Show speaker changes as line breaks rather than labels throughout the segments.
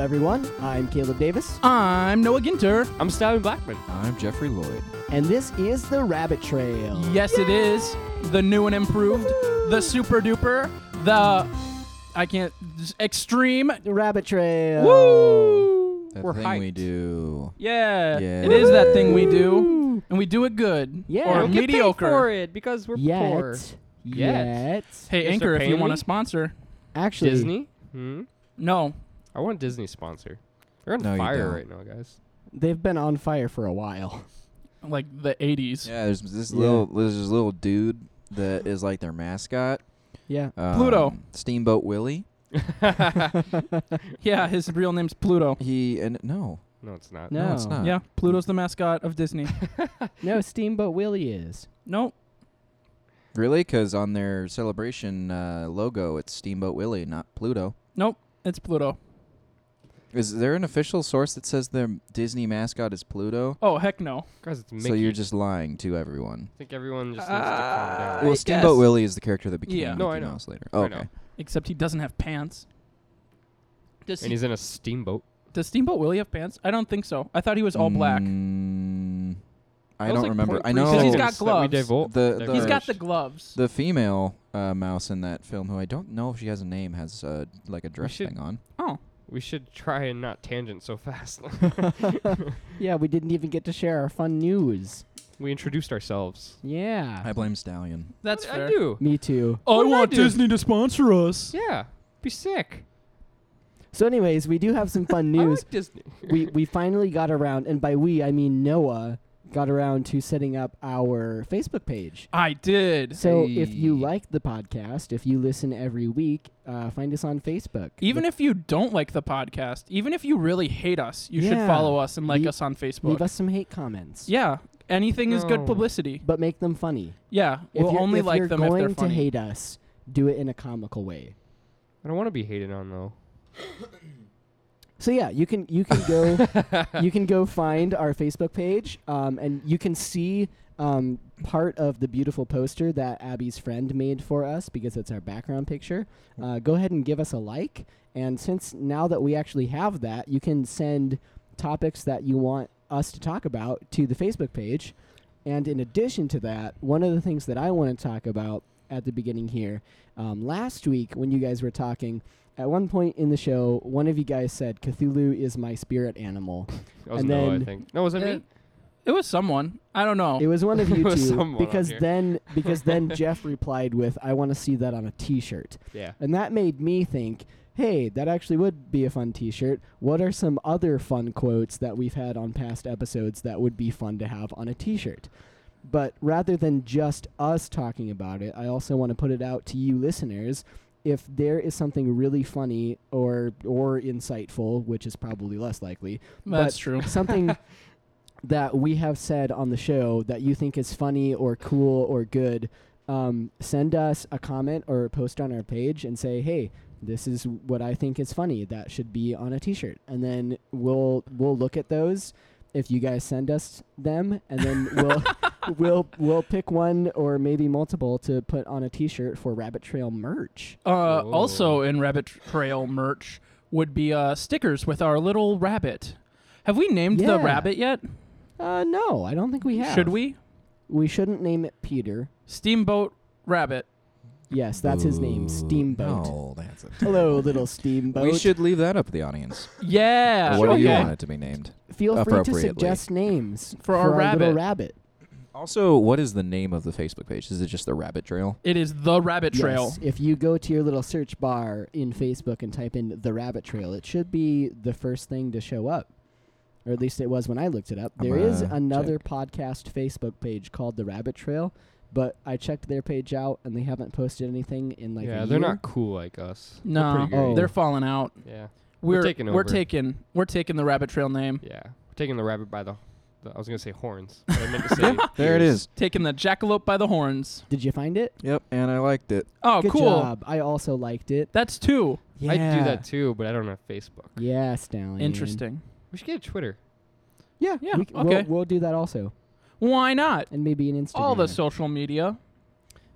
everyone. I'm Caleb Davis,
I'm Noah Ginter.
I'm Styling Blackman.
I'm Jeffrey Lloyd.
and this is The Rabbit Trail.
Yes, it is the new and improved, the super duper, the I can't extreme.
The Rabbit Trail.
Woo!
That
We're
thing we
hyped.
do.
Yeah,
Yeah.
it is that thing we do,
Woo!
and we do it good
Yeah.
or
Don't
Get paid
mediocre.
for it because we're poor.
Yet. Yet.
Yet.
Hey,
Yes,
Anchor,
they're
if you
paying
want
me.
to sponsor,
Actually,
Disney. Hmm.
no,
I want Disney sponsor. They're on
No, you
fire
don't.
right now, guys.
they've been on fire for a while.
like the '80s.
Yeah, there's this
Yeah.
little there's this little dude that is like their mascot.
Yeah.
Um,
Pluto.
Steamboat Willie.
Yeah, his real name's Pluto.
He and no,
No, it's not.
No.
no, it's not.
Yeah, Pluto's the mascot of Disney.
No, Steamboat Willie is.
no,
Really? Because on their celebration uh, logo, it's Steamboat Willie, not Pluto.
nope, it's Pluto.
Is there an official source that says their Disney mascot is Pluto?
Oh heck no.
Guys, it's Mickey.
So you're just lying to everyone.
I think everyone just needs to calm down.
I
well, Steamboat
guess.
Willie is the character that became
Yeah.
Mickey
No, I know.
Mouse later. Oh,
I
okay.
know.
Except he doesn't have pants. Does
and he's in a steamboat.
Does Steamboat Willie have pants? I don't think so. I thought he was all black.
Mm, I
That was
don't
like
remember. I
0.3
know.
Because he's got
seconds that we
gloves.
divul-
The- the-
He's got
divulged.
the gloves.
The female uh, mouse in that film, who I don't know if she has a name, has uh, like a dress
should-
thing on.
oh,
We should try and not tangent so fast.
Yeah, we didn't even get to share our fun news.
we introduced ourselves.
Yeah.
I blame Stallion.
that's
I,
fair.
I do.
Me too.
What did I do?
to sponsor us.
Yeah. Be sick.
So, anyways, we do have some fun
I
news.
like Disney.
we we finally got around, and by we I mean Noah got around to setting up our Facebook page.
I did.
So if you
Hey.
like the podcast, if you listen every week, uh, find us on Facebook.
Even
Le-
if you don't like the podcast, even if you really hate us, you should
Yeah.
follow us and like
Leave-
us on Facebook.
leave us some hate comments.
yeah, anything is good
No.
publicity.
but make them funny.
Yeah,
If
we'll
you're-
only
if
like
you're
them
going
if they're
to
funny.
hate us. Do it in a comical way.
I don't want to be hated on though.
So yeah, you can you can go you can go find our Facebook page, um, and you can see um, part of the beautiful poster that Abby's friend made for us because it's our background picture. Uh, go ahead and give us a like, and since now that we actually have that, you can send topics that you want us to talk about to the Facebook page. And in addition to that, one of the things that I want to talk about at the beginning here, um, last week when you guys were talking. At one point in the show, one of you guys said, Cthulhu is my spirit animal.
That was
And
Noah,
then-
I think. No, was it
Uh,
me?
It was someone. I don't know.
It was one of
Oh. It
you
was
two
someone
because
on here.
then because then Jeff replied with I want to see that on a t-shirt.
Yeah.
And that made me think, hey, that actually would be a fun t-shirt. What are some other fun quotes that we've had on past episodes that would be fun to have on a t-shirt? But rather than just us talking about it, I also want to put it out to you listeners if there is something really funny or or insightful, which is probably less likely,
that's
but-
true.
something that we have said on the show that you think is funny or cool or good, um, send us a comment or post on our page and say, "Hey, this is what I think is funny. That should be on a T-shirt." And then we'll we'll look at those if you guys send us them, and then we'll we'll we'll pick one or maybe multiple to put on a T-shirt for Rabbit Trail merch.
Uh,
Whoa.
also in Rabbit Trail merch would be uh, stickers with our little rabbit. Have we named the
Yeah.
rabbit yet?
Uh, no, I don't think we have.
Should we?
We shouldn't name it Peter.
Steamboat Rabbit.
Yes, that's his name,
Ooh,
Steamboat.
No, that's a
Hello, little steamboat.
We should leave that up to the audience.
Yeah.
Or what do you
okay.
want it to be named?
feel free to
appropriately.
suggest names
For our
little
rabbit.
rabbit.
Also, what is the name of the Facebook page? Is it just the Rabbit Trail?
It is the rabbit trail.
Yes, if you go to your little search bar in Facebook and type in the rabbit trail, it should be the first thing to show up. Or at least it was when I looked it up.
I'm
There is
gonna
another podcast Facebook page called The Rabbit Trail, but I checked their page out and they haven't posted anything in like a
yeah,
year.
they're not cool like us. They're
No,
pretty good.
Oh.
they're falling out.
Yeah.
We're
We're
we're taking
taking
we're
over.
taking, the rabbit trail name,
Yeah. We're taking the rabbit by the, the I was going to say horns. but I meant to say
There it
ears.
is.
taking the jackalope by the horns.
Did you find it?
Yep, and I liked it.
Oh,
Good
cool.
job. I also liked it.
That's two.
Yeah.
I do that too, but I don't have Facebook.
Yeah, Stallion.
Interesting.
We should get a Twitter.
Yeah,
Yeah,
we c- we'll-
okay.
We'll, do that also,
Why not?
and maybe an Instagram.
All the social media.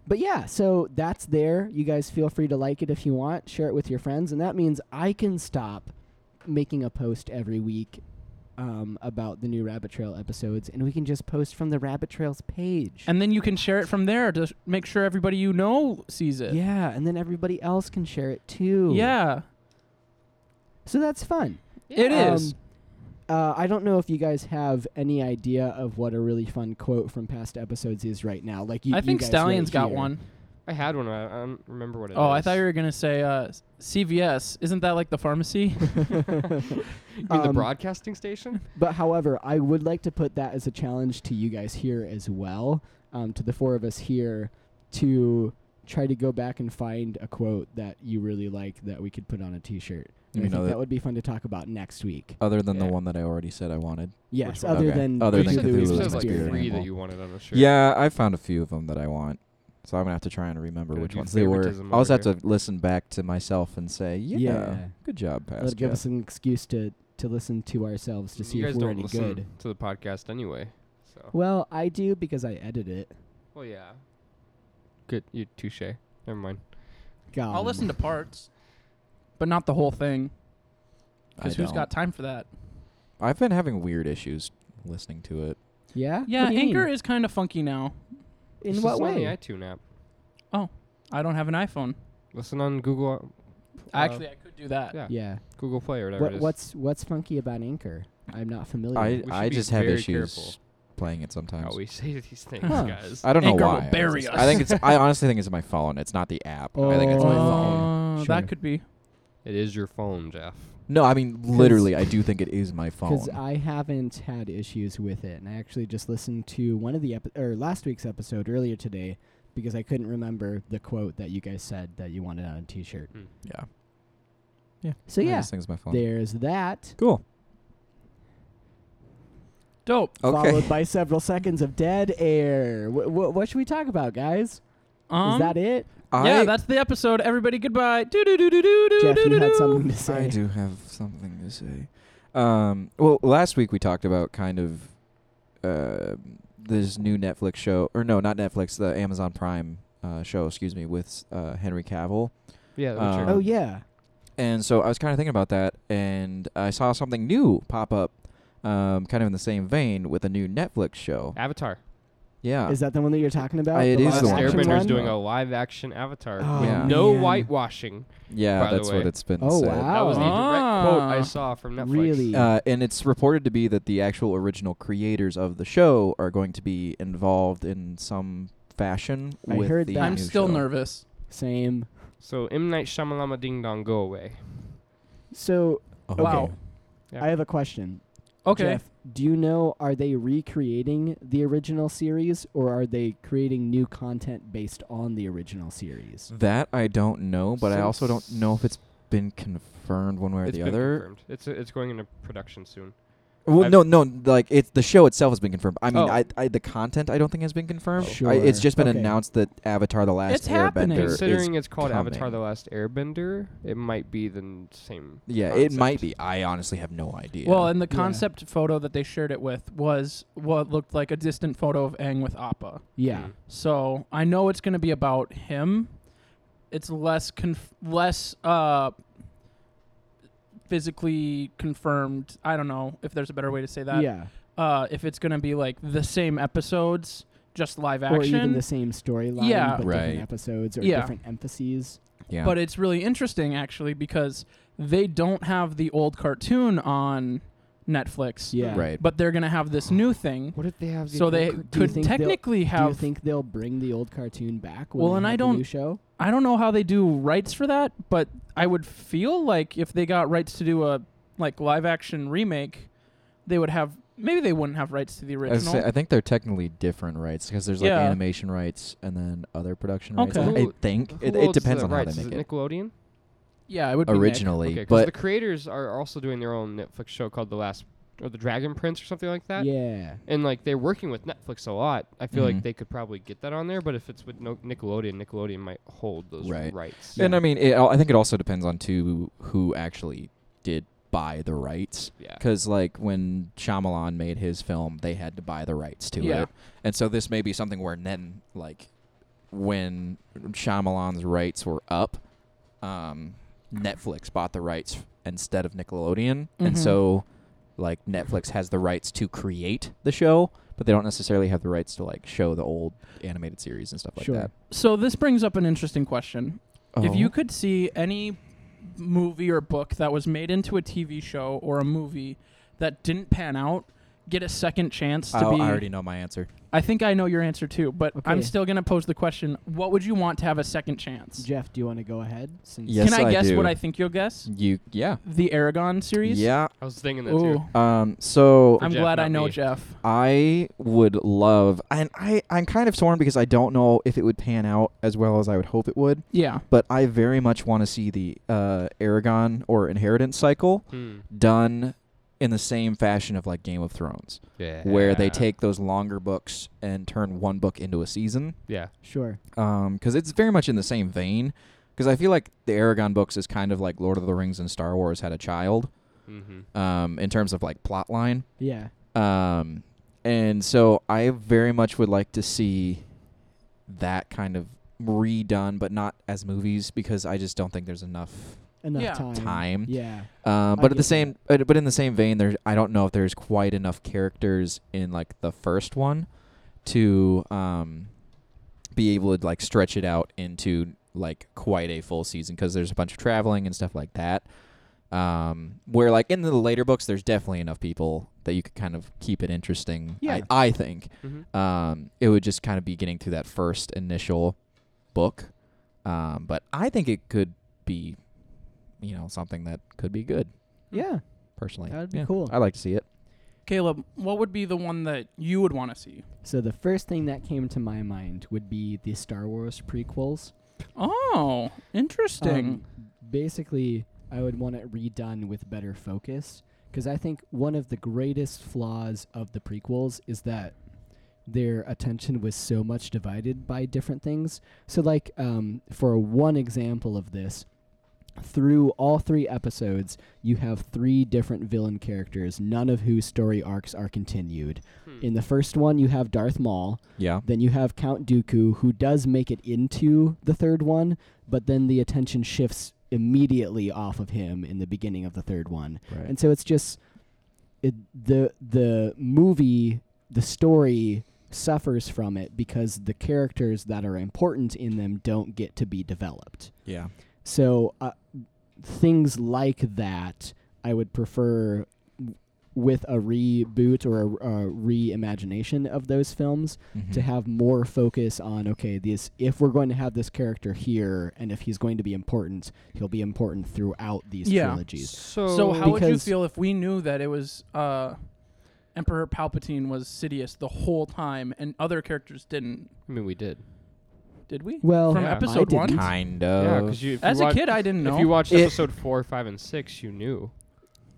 But yeah, so that's there. You guys feel free to like it if you want, share it with your friends, and that means I can stop making a post every week um, about the new Rabbit Trail episodes, and we can just post from the Rabbit Trails page.
And then you can share it from there to s- make sure everybody you know sees it.
yeah, and then everybody else can share it too.
Yeah.
So that's fun.
It
Um,
is.
uh, I don't know if you guys have any idea of what a really fun quote from past episodes is right now. Like you,
I
you
think
guys
Stallion's
right
got
here.
one.
I had one. I, I don't remember what it is.
Oh, I thought you were gonna say uh, s- CVS. Isn't that like the pharmacy?
You mean the
um,
broadcasting station?
But however, I would like to put that as a challenge to you guys here as well, um, to the four of us here, to try to go back and find a quote that you really like that we could put on a T-shirt. And
You
I
know
think
that-
that would be fun to talk about next week.
Other than
Yeah.
the one that I already said I wanted.
Yes,
one?
other
Okay.
than
Other
you
than
said,
Cthulhu's
you
Cthulhu's
said like
Experience.
three
Animal.
that you wanted on a shirt.
Yeah, I found a few of them that I want. So I'm gonna have to try and remember
Gotta
which
do
ones they were.
favoritism
I'll just have
over
to listen back to myself and say, yeah,
Yeah.
good job, Pascal.
That'll give us an excuse to to listen to ourselves to see
you
if
guys
we're
don't
any
listen
good.
to the podcast anyway. So.
Well, I do because I edit it.
Well, yeah. Good. You touche. Never mind.
God,
I'll listen to parts, but not the whole thing.
I
Because who's
don't.
got time for that?
I've been having weird issues listening to it.
Yeah.
Yeah,
What do you
Anchor
mean?
is kind of funky now.
in
Just
what
listen
way?
On the iTunes app.
I don't have an iPhone.
Listen on Google. uh,
Actually, I could do that.
yeah.
yeah.
Google Play or whatever
What,
it is.
what's what's funky about Anchor? I'm not familiar.
I
with.
should
I
be
just have
very
issues
careful.
playing it sometimes.
how we say these things,
Huh.
guys.
I don't
Anchor
know
will
why. I
bury
just-
us.
I think it's. I honestly think it's my phone. It's not the app. I think it's
Oh.
my phone.
Uh,
Sure.
That could be.
It is your phone, Jeff.
No, I mean literally. I do think it is my
because
phone.
I haven't had issues with it, and I actually just listened to one of the epi- or last week's episode earlier today because I couldn't remember the quote that you guys said that you wanted on a T-shirt.
Mm.
yeah.
So
I
yeah,
just think it's my phone.
there's that.
Cool.
Dope.
Followed by several seconds of dead air. Wh- wh- what should we talk about, guys?
Um,
Is that it?
yeah,
I-
that's the episode. Everybody, goodbye. Do do do do do do
Jeff,
do
you
do.
had something to say.
I do have something to say. Um, well, last week we talked about kind of uh, this new Netflix show, or no, not Netflix, the Amazon Prime uh, show, excuse me, with uh, Henry Cavill.
Yeah.
Um,
Richard.
Oh yeah.
And so I was kind of thinking about that, and I saw something new pop up, um, kind of in the same vein with a new Netflix show.
Avatar.
Yeah.
Is that the one that you're talking about?
I- Uh, it is
live
the
Last
one.
action
Airbender is
Airbenders
one?
doing a live action Avatar
Oh,
with
Yeah.
no
man.
whitewashing. by
yeah,
the
that's
way.
what it's been
Oh,
said.
wow.
That was the direct quote I
Ah.
saw from Netflix.
Really?
Uh, and it's reported to be that the actual original creators of the show are going to be involved in some fashion
I
with
heard
the
that.
I'm
new
still
show.
nervous.
Same.
So M Night Shyamalama Ding Dong, go away.
So
Okay.
Wow.
Yeah.
I have a question.
Okay.
Jeff, do you know are they recreating the original series or are they creating new content based on the original series?
That I don't know, but I also don't
Since-
know if it's been confirmed one way or
It's
the
been
other.
confirmed. It's it's going into production soon.
Well,
I've-
no, no, like it's the show itself has been confirmed. I mean,
Oh.
I, I, the content I don't think has been confirmed.
Sure.
I, it's just been
Okay.
announced that Avatar: The Last
It's happening.
Airbender is.
Considering it's called Avatar:
coming.
The Last Airbender, it might be the n- same.
Yeah, it might be. I honestly have no idea.
Well, and the
Yeah.
concept photo that they shared it with was what looked like a distant photo of Aang with Appa.
Yeah.
So I know it's going to be about him. It's less conf- less uh, physically confirmed. I don't know if there's a better way to say that.
yeah.
Uh, if it's going to be like the same episodes, just live action.
Or even the same storyline
Yeah.
but
Right.
different episodes or
Yeah.
different emphases.
yeah,
But it's really interesting actually because they don't have the old cartoon on Netflix.
Yeah.
right.
But they're going to have this new thing.
What if they have?
So they
Do you
could
think they'll-
technically
Do you
have
think they'll bring the old cartoon back when
Well,
they
and
have
I
the
don't-
new show?
I don't know how they do rights for that, but I would feel like if they got rights to do a like live action remake, they would have maybe they wouldn't have rights to the
I, was
original.
say, I think they're technically different rights because there's
Yeah.
like animation rights and then other production rights.
Okay.
I think it, it depends on how they make
is
it,
Nickelodeon.
yeah, it would be Nick.
originally.
Okay, because
but
the creators are also doing their own Netflix show called The Last or The Dragon Prince or something like that.
Yeah.
And like they're working with Netflix a lot. I feel
Mhm.
like they could probably get that on there, but if it's with no- Nickelodeon, Nickelodeon might hold those
Right.
rights.
and I mean, it, al- I think it also depends on too who actually did buy the rights.
yeah.
Because like when Shyamalan made his film, they had to buy the rights to
Yeah.
it, and so this may be something where then like when Shyamalan's rights were up, um, Netflix bought the rights instead of Nickelodeon, and
Mhm.
so like Netflix has the rights to create the show, but they don't necessarily have the rights to like show the old animated series and stuff like
Sure.
that.
So this brings up an interesting question.
Oh. Uh-huh.
If you could see any movie or book that was made into a TV show or a movie that didn't pan out, get a second chance to
I'll-
be
Oh, I already know my answer.
I think I know your answer too, but I'm
Okay.
still going to pose the question, what would you want to have a second chance?
Jeff, do you want to go ahead? Since
Yes,
Can I,
I
guess
do.
what I think you'll guess?
You yeah
The Aragon series?
yeah.
I was thinking that too.
Ooh.
Um. So
I'm
Jeff,
glad I
not
know
me.
Jeff.
I would love, and I I'm kind of torn because I don't know if it would pan out as well as I would hope it would.
Yeah.
But I very much want to see the uh, Aragon or Inheritance cycle
Hmm.
done in the same fashion of like Game of Thrones,
Yeah.
where they take those longer books and turn one book into a season.
Yeah.
sure.
Because it's very much in the same vein. Because I feel like the Aragon books is kind of like Lord of the Rings and Star Wars had a child
Mm-hmm.
um, in terms of like plot line.
Yeah.
Um, and so I very much would like to see that kind of redone, but not as movies because I just don't think there's enough
Enough
Yeah.
time.
time.
Yeah.
Um, but at
get
the
that.
same, uh, but in the same vein, there's I don't know if there's quite enough characters in like the first one to um, be able to like stretch it out into like quite a full season because there's a bunch of traveling and stuff like that. Um, where like in the later books, there's definitely enough people that you could kind of keep it interesting.
Yeah.
I, I think
Mm-hmm.
um, it would just kind of be getting through that first initial book. Um, but I think it could be, you know, something that could be good
Hmm.
Yeah.
personally.
That would be
Yeah,
cool.
I like to see it.
Caleb, what would be the one that you would want to see?
So the first thing that came to my mind would be the Star Wars prequels.
Oh, interesting.
Um, basically, I would want it redone with better focus because I think one of the greatest flaws of the prequels is that their attention was so much divided by different things. So, like, um, for one example of this, through all three episodes, you have three different villain characters, none of whose story arcs are continued.
Hmm.
In the first one, you have Darth Maul.
Yeah.
Then you have Count Dooku, who does make it into the third one, but then the attention shifts immediately off of him in the beginning of the third one,
Right.
and so it's just it, the the movie, the story suffers from it because the characters that are important in them don't get to be developed.
yeah.
So uh, things like that, I would prefer w- with a reboot or a, a reimagination of those films
Mm-hmm.
to have more focus on okay this if we're going to have this character here and if he's going to be important he'll be important throughout these
Yeah.
trilogies
So,
so how would you
because-
feel if we knew that it was uh, Emperor Palpatine was Sidious the whole time and other characters didn't?
I mean, we did.
Did we?
well
From
Yeah.
episode
I
one?
didn't.
kind
yeah,
of.
because you. If
As
you
a
watch-
kid, I didn't know.
if you watched
Uh, It-
episode four, five, and six, you knew.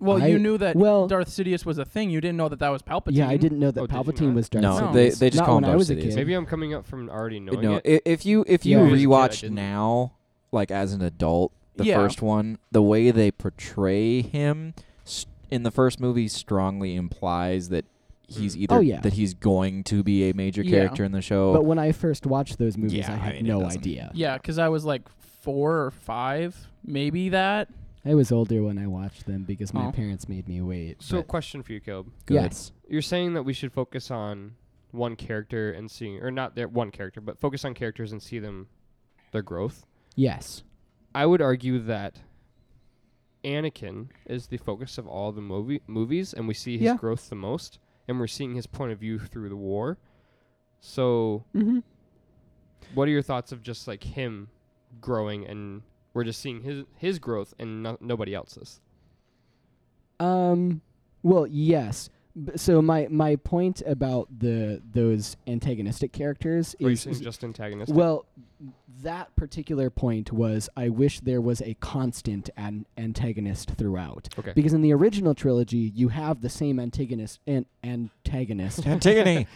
well,
I-
you knew that
well-
Uh, Darth Sidious was a thing. You didn't know that that was Palpatine.
yeah i didn't know that
Oh, did you
palpatine
not?
was darth
no,
No.
they
Sidious.
they just
Not
call
when
him
I
Darth
was a
Sidious.
kid.
Maybe I'm coming up from already knowing
no,
it.
i- if you if you
Yeah.
As a kid, I
rewatch
didn't.
now, like as an adult, the
Yeah.
first one, the way they portray him s in the first movie strongly implies that he's
Mm.
either
Oh, yeah.
that he's going to be a major
Yeah.
character in the show.
but when i first watched those movies
Yeah,
i
I
had
mean, it
no
doesn't-
idea
Yeah, because I was like four or five, maybe that.
i was older when i watched them because my
Oh.
parents made me wait
so,
but-
question for you, Caleb.
Good.
yes
You're saying that we should focus on one character and seeing, or not their one character, but focus on characters and see them, their growth.
yes
I would argue that Anakin is the focus of all the movie movies, and we see his
Yeah.
growth the most, and we're seeing his point of view through the war. So,
mm-hmm.
what are your thoughts of just like him growing, and we're just seeing his his growth and no, nobody else's?
Um. Well, yes. B- So my my point about the those antagonistic characters
Or you
is
saying just antagonist?
well, that particular point was I wish there was a constant an- antagonist throughout.
Okay.
Because in the original trilogy, you have the same antagonist an- antagonist
Antigone.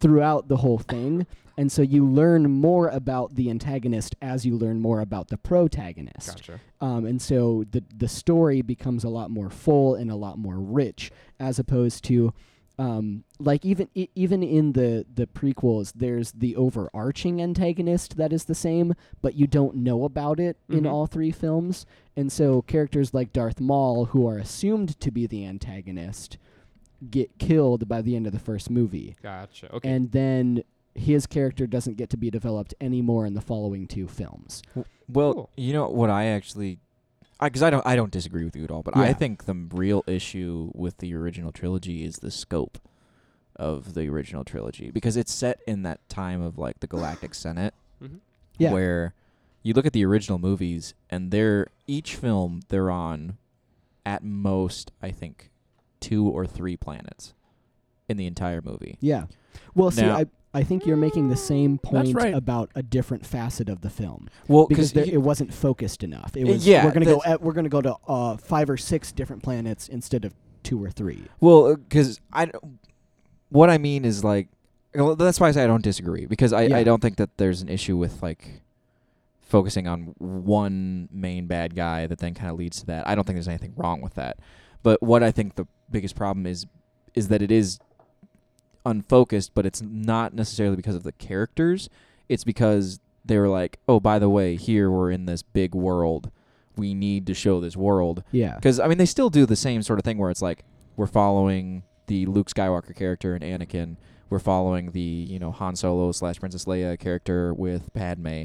throughout the whole thing, and so you learn more about the antagonist as you learn more about the protagonist
Gotcha.
um, and so the the story becomes a lot more full and a lot more rich as opposed to um, like even e- even in the the prequels, there's the overarching antagonist that is the same, but you don't know about it in
Mhm.
all three films, and so characters like Darth Maul, who are assumed to be the antagonist, get killed by the end of the first movie,
Gotcha. Okay.
and then his character doesn't get to be developed anymore in the following two films.
Well,
Cool.
you know what I actually, because I, don't, I don't disagree with you at all, but I
Yeah.
think the real issue with the original trilogy is the scope of the original trilogy because it's set in that time of like the Galactic Senate,
Mhm.
Yeah.
where you look at the original movies and they're each film they're on at most I think two or three planets in the entire movie.
Yeah. Well, see,
Now-
I I think you're making the same point
right.
about a different facet of the film
Well,
because
because
there, it wasn't focused enough. It
Uh,
was
yeah,
we're gonna go
that's-
at, we're gonna go to uh, five or six different planets instead of two or three.
Well, because I, d- what I mean is like, uh, well, that's why I say I don't disagree because I, I
Yeah.
don't think that there's an issue with like focusing on one main bad guy that then kind of leads to that. I don't think there's anything wrong with that. But what I think the biggest problem is is that it is unfocused, but it's not necessarily because of the characters. It's because they were like, oh, by the way, here we're in this big world. We need to show this world.
Yeah.
Because I mean, they still do the same sort of thing where it's like we're following the Luke Skywalker character and Anakin. We're following the you know Han Solo slash Princess Leia character with Padme.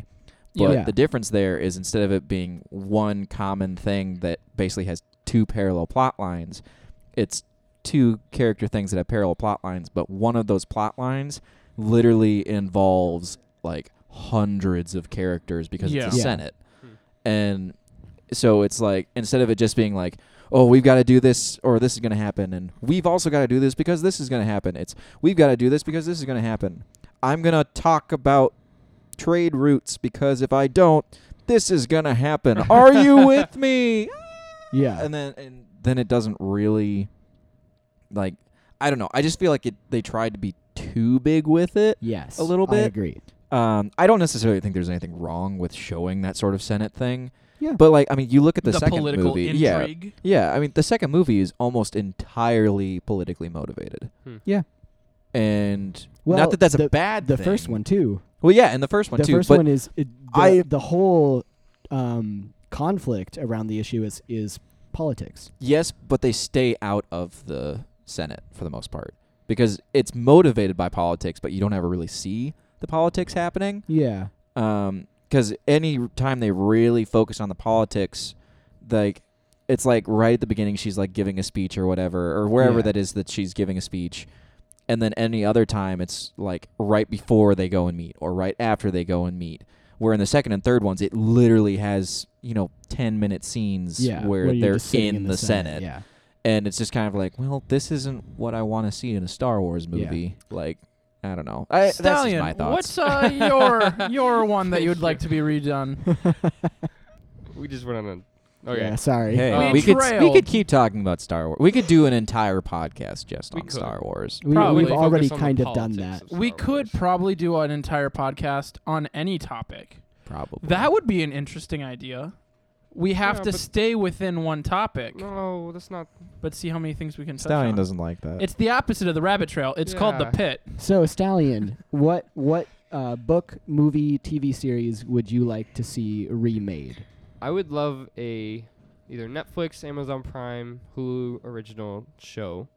But
Yeah.
the difference there is instead of it being one common thing that basically has two parallel plot lines, it's two character things that have parallel plot lines, but one of those plot lines literally involves like hundreds of characters because
Yeah.
it's the
Yeah.
Senate.
Hmm.
And so it's like instead of it just being like, oh, we've got to do this or this is going to happen, and we've also got to do this because this is going to happen. It's we've got to do this because this is going to happen. I'm going to talk about trade routes because if I don't, this is going to happen. Are you with me?
Yeah.
and then and then it doesn't really like I don't know. I just feel like it they tried to be too big with it.
Yes.
A little
I
bit.
agree.
Um I don't necessarily think there's anything wrong with showing that sort of Senate thing.
Yeah.
But like I mean you look at the,
the
second
political
movie. Yeah.
intrigue.
Yeah, I mean the second movie is almost entirely politically motivated.
Hmm.
Yeah.
And
Well,
not that that's
the,
a bad
the
thing.
first one too.
Well yeah, and the first one
the
too.
first
but
one is it, the,
I-
the whole um, conflict around the issue is is politics.
Yes, but they stay out of the Senate for the most part because it's motivated by politics, but you don't ever really see the politics happening.
Yeah.
Because any time they really focus on the politics, like it's like right at the beginning, she's like giving a speech or whatever, or wherever
Yeah.
that is that she's giving a speech. And then any other time, it's like right before they go and meet or right after they go and meet. Where in the second and third ones, it literally has, you know, 10 minute scenes
Yeah.
where,
you're
they're
just sitting
in, the Senate
Yeah.
and it's just kind of like, well, this isn't what I want to see in a Star Wars
Yeah.
movie. Like, I don't know. I, that's just
Stallion,
my
what's
thoughts.
uh, your your one that you'd like to be redone?
mm-hmm. we just went on a. Okay.
Yeah. Sorry.
hey,
Um,
we could s- we
Betrayal.
could keep talking about Star Wars. We could do an entire podcast just
We
on
could.
Star Wars.
We,
Probably
we've
focus
already
on the
kind of done
politics
that.
of Star
We
Wars.
could probably do an entire podcast on any topic.
Probably.
That would be an interesting idea. We have
Yeah,
to
but-
stay within one topic,
No, that's not.
but see how many things we can touch
Stallion
on.
doesn't like that.
It's the opposite of the rabbit trail. It's called the
Yeah.
pit.
So, Stallion, what what uh, book, movie, TV series would you like to see remade?
I would love a either Netflix, Amazon Prime, Hulu original show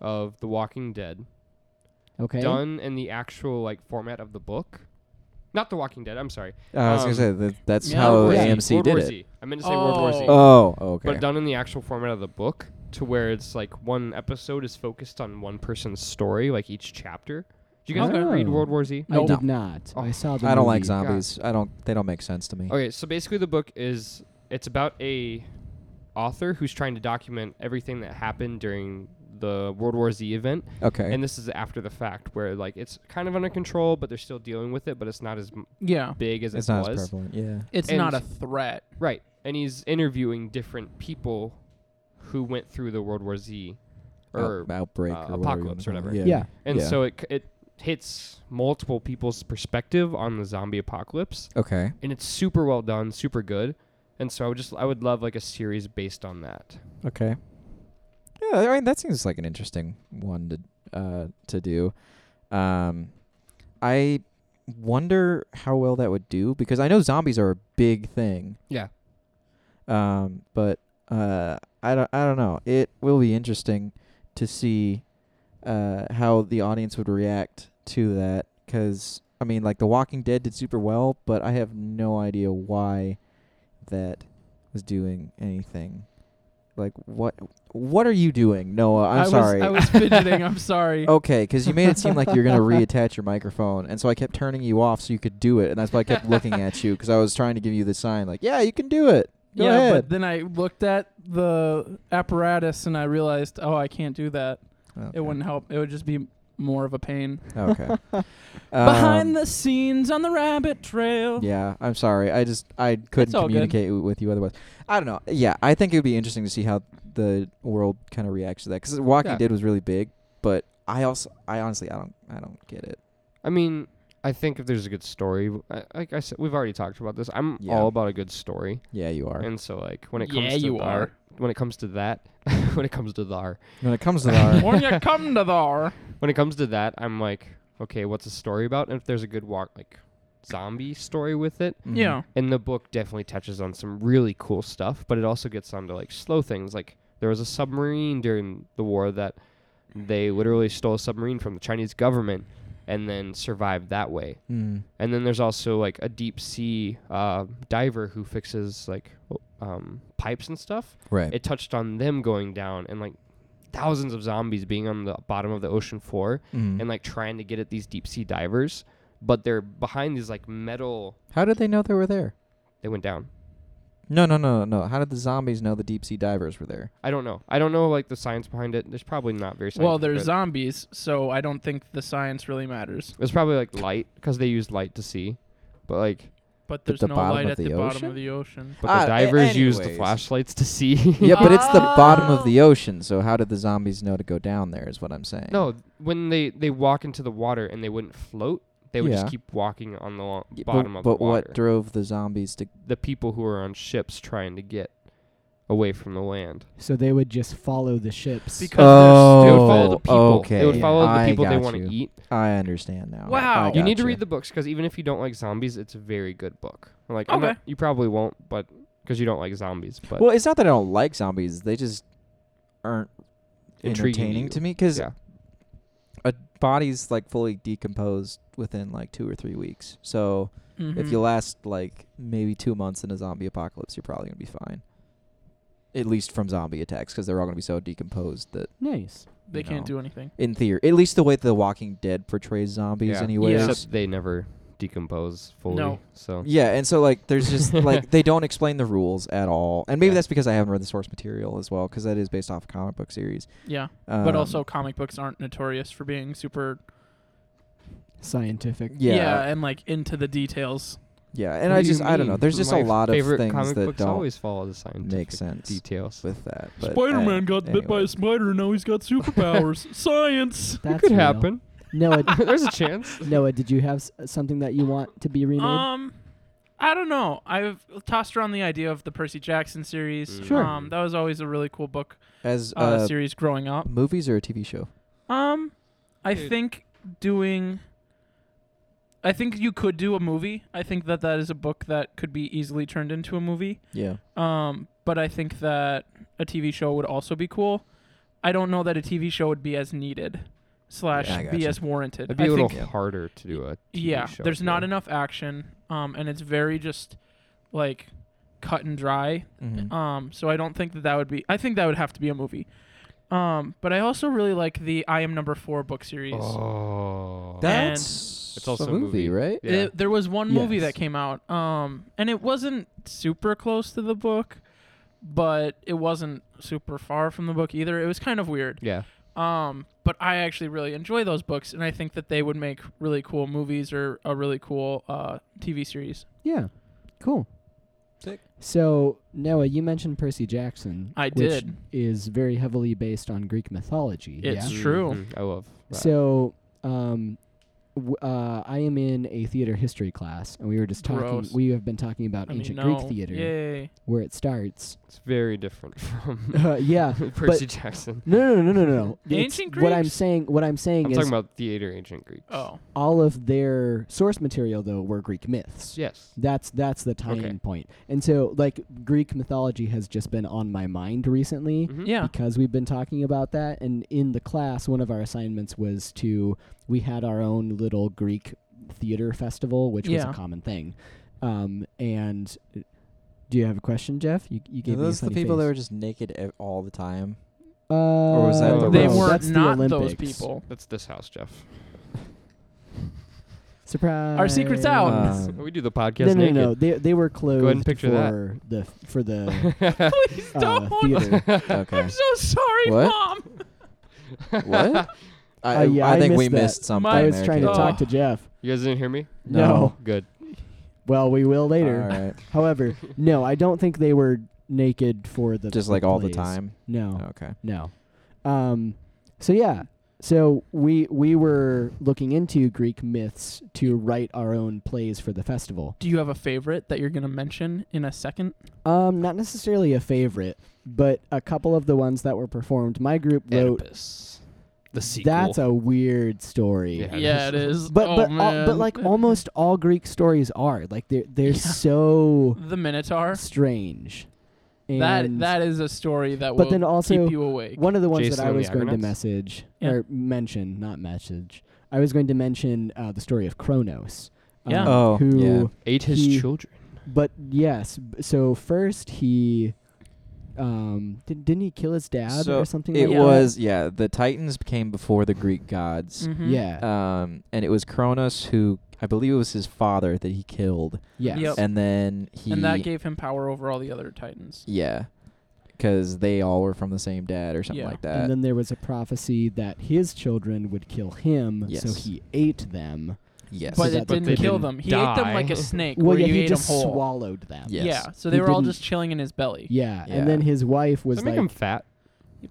of The Walking Dead
Okay.
done in the actual like format of the book. Not The Walking Dead. I'm sorry.
Uh, I was
um,
gonna say that, that's
Yeah,
how
World War Z.
AMC
World
did
War
it.
Z. I meant to say World War Z.
Oh.
Oh, okay.
But done in the actual format of the book, to where it's like one episode is focused on one person's story, like each chapter. Did you guys
Okay.
Oh.
ever read World War Z?
I
Nope.
did not. I
Oh,
saw the.
I don't like
movie.
zombies. I don't. They don't make sense to me.
Okay, so basically the book is it's about a author who's trying to document everything that happened during the World War Z event,
Okay.
and this is after the fact where like it's kind of under control, but they're still dealing with it, but it's not as m-
Yeah.
big as
it's
it
not
was.
as prevalent. Yeah.
It's
And-
not a threat.
Right. And he's interviewing different people who went through the World War Z
Out-
or
outbreak
uh,
or whatever you
apocalypse or
wanna call it.
whatever.
Yeah.
and
Oh, yeah.
so it c- it hits multiple people's perspective on the zombie apocalypse
Okay.
and it's super well done, super good. And so I would just I would love like a series based on that.
Okay. Yeah, yeah, I mean that seems like an interesting one to uh, to do. Um, I wonder how well that would do because I know zombies are a big thing.
Yeah.
Um, but uh, I don't I don't know. It will be interesting to see uh, how the audience would react to that because I mean like The Walking Dead did super well, but I have no idea why that was doing anything. Like what what are you doing, Noah? I'm
I was-
sorry. Oh,
I was fidgeting. I'm sorry.
Okay, because you made it seem like you're gonna reattach your microphone, and so I kept turning you off so you could do it, and that's why I kept looking at you because I was trying to give you the sign like, yeah, you can do it. Go
yeah,
ahead.
but then I looked at the apparatus and I realized, oh, I can't do that.
okay.
It wouldn't help. It would just be more of a pain.
Okay. Um,
Behind the scenes on the rabbit trail.
Um, Yeah, I'm sorry. I just I couldn't
all good.
communicate w- with you otherwise. I don't know. Yeah, I think it would be interesting to see how the world kind of reacts to that because Walking
Yeah.
Dead was really big, but I also I honestly I don't I don't get it.
I mean, I think if there's a good story, w- I- like I said, we've already talked about this. I'm
Yeah.
all about a good story,
Yeah, you are.
and so like when it
Yeah,
comes to
you
the
are.
art- when it comes to that, when it comes to the art-
when it comes to that,
when you come to the
when it comes to that, I'm like, okay, what's the story about? And if there's a good walk, like zombie story with it,
Mm-hmm.
yeah,
and the book definitely touches on some really cool stuff, but it also gets on to like slow things. Like there was a submarine during the war that they literally stole a submarine from the Chinese government and then survived that way.
Mm.
And then there's also like a deep sea uh, diver who fixes like o- um, pipes and stuff.
right.
It touched on them going down and like thousands of zombies being on the bottom of the ocean floor
Mm.
and like trying to get at these deep sea divers, but they're behind these like metal.
how did they know they were there?
They went down.
No, no, no, no. How did the zombies know the deep sea divers were there?
I don't know. I don't know like the science behind it. There's probably not very.
well,
scientific,
they're
but
zombies, so I don't think the science really matters.
it's probably like light because they use light to see, but like
But
But
there's
the
no
bottom
light
of
at the,
the
bottom
ocean?
of the ocean.
but
Ah, a-
the divers use the
anyways.
flashlights to see.
Yeah, but it's the bottom of
Oh.
the ocean. So how did the zombies know to go down there? Is what I'm saying.
No, when they they walk into the water and they wouldn't float, they would
Yeah.
just keep walking on the lo-
Y- but-
bottom of
but
the water.
what drove the zombies to?
the people who are on ships trying to get away from the land.
So they would just follow the ships.
Because they're
They
stupid.
would follow the people. They would
okay.
follow
Oh, I
the people they
got
want
you.
to eat.
I understand now.
Wow.
I
You need to
gotcha.
read the books because even if you don't like zombies, it's a very good book. Like I'm
Okay.
not- you probably won't, but because you don't like zombies, but
Well, it's not that I don't like zombies; they just aren't
Intriguing
entertaining
you.
to me because
Yeah.
a body's like fully decomposed within like two or three weeks. So if
Mhm.
Mm-hmm.
you last like maybe two months in a zombie apocalypse, you're probably gonna be fine. At least from zombie attacks, because they're all gonna be so decomposed that
nice.
they
you
can't
know.
do anything.
in theory, at least the way The Walking Dead portrays zombies,
Yeah.
anyways.
Except they never decompose fully.
No.
So
Yeah, and so like there's just like they don't explain the rules at all, and maybe
Yeah.
that's because I haven't read the source material as well, because that is based off a comic book series.
Yeah,
Um,
but also comic books aren't notorious for being super.
Scientific.
yeah,
yeah
yeah,
and like into the details.
and
What
I
do
just
you
I don't know.
mean?
There's just
My
a lot of
favorite
things
comic
that
books
don't
always follow the scientific
make sense
details.
with that. but, uh,
Spider-Man got bit by a
anyway.
spider. Now he's got superpowers. Science.
That
Could happen.
Noah,
There's a chance.
Noah, did you have s- uh, something that you want to be remade?
Um, I don't know. I've tossed around the idea of the Percy Jackson series.
Mm. Sure.
Um, that was always a really cool book
as
uh,
uh,
series growing up.
movies or a TV show.
Um, I
Dude.
think doing. I think you could do a movie. I think that that is a book that could be easily turned into a movie.
Yeah,
Um, but I think that a TV show would also be cool. I don't know that a TV show would be as needed slash
Yeah, I
be
gotcha.
as warranted.
It'd be
I
a little
think
harder to do a TV
yeah,
show.
there's not
though.
enough action, um, and it's very just like cut and dry.
Mm-hmm.
Mhm.
Um, so I don't think that that would be. I think that would have to be a movie. Um, but I also really like the I Am Number Four book series.
Oh.
that's
It's also
a
a
movie,
movie.
right?
yeah.
It- there was one movie
Yes.
that came out, um, and it wasn't super close to the book, but it wasn't super far from the book either. It was kind of weird.
yeah.
Um, but I actually really enjoy those books, and I think that they would make really cool movies or a really cool uh, TV series.
yeah. Cool.
Sick.
So Noah, you mentioned Percy Jackson.
I
which
did.
Is very
Mm-hmm.
heavily based on Greek mythology.
It's
yeah.
true.
Mhm. I love. That.
So, um, w- uh, I am in a theater history class, and we were just talking.
Gross.
We have been talking about
I mean,
ancient
no.
Greek theater,
Yay.
where it starts.
It's very different from
Uh, yeah.
Percy Jackson.
No, no, no, no, no, no.
The
It's-
ancient
What I'm
Greeks?
saying, what I'm saying
I'm
is,
talking about theater ancient Greeks.
Oh.
all of their source material though were Greek myths.
Yes.
That's that's the tying
Okay.
point. And so, like Greek mythology has just been on my mind recently.
Mhm.
Yeah.
because we've been talking about that. And in the class, one of our assignments was to we had our own little Greek theater festival, which was
Yeah.
a common thing. Um, and do you have a question, Jeff? You you gave me a
those the
funny
people that
face.
were just naked ev- all the time?
Uh,
or was that
the
They
Well,
were
that's the
not those
Olympics.
people.
That's this house, Jeff.
Surprise!
Our secret's
Oh,
out.
Um,
Uh,
we do the podcast
no, no,
naked.
no. They they were clothed
and picture that.
for the for the
Please
uh,
don't.
theater.
Okay.
I'm so sorry,
What?
mom.
what? I,
Uh, yeah,
I
I
think we
missed that.
missed something.
I
Mine-
was
there,
trying to
Caitlin.
talk to
Oh.
Jeff.
You guys didn't hear me?
No.
Good.
Well, we will later.
All right.
However, no, I don't think they were naked for the
Just like all the
plays.
time. Oh.
No.
Okay.
No. Um, so yeah, so we we were looking into Greek myths to write our own plays for the festival.
Do you have a favorite that you're gonna mention in a second?
Um, not necessarily a favorite, but a couple of the ones that were performed. My group wrote.
Oedipus. The sequel.
That's a weird story.
Yeah.
Yeah, it is.
But
oh,
but
man.
all, but like almost all Greek stories are like they're they're
Yeah.
so
the Minotaur.
strange.
That
And
that is a story that
But
will
then also
keep you awake.
One of the ones
Jason
that I
and the
was going to
Argonauts?
message
Yeah.
or mention, not message. I was going to mention uh, the story of Kronos.
Yeah.
um,
Oh,
who,
yeah.
Ate his
He-
children.
But yes, b- so first he, um, did, didn't he kill his dad
So
or something?
It
like
Yeah.
was yeah. The Titans came before the Greek gods,
that?
Mhm.
Yeah.
um, and it was Cronus who I believe it was his father that he killed,
yes.
Yep.
and then he
and that gave him power over all the other Titans.
yeah, because they all were from the same dad or something
Yeah.
like
And
that.
then there was a prophecy that his children would kill him, so
Yes.
he ate them.
yes,
But
So
it
that- but
didn't
they
kill
didn't
them. He ate them like
die.
a snake.
well,
where
yeah,
you
he
ate
just
them whole.
swallowed them.
Yes.
Yeah, so
He
they were all
didn't-
just chilling in his belly.
Yeah,
Yeah.
and then his wife was
Does that make
like,
him fat?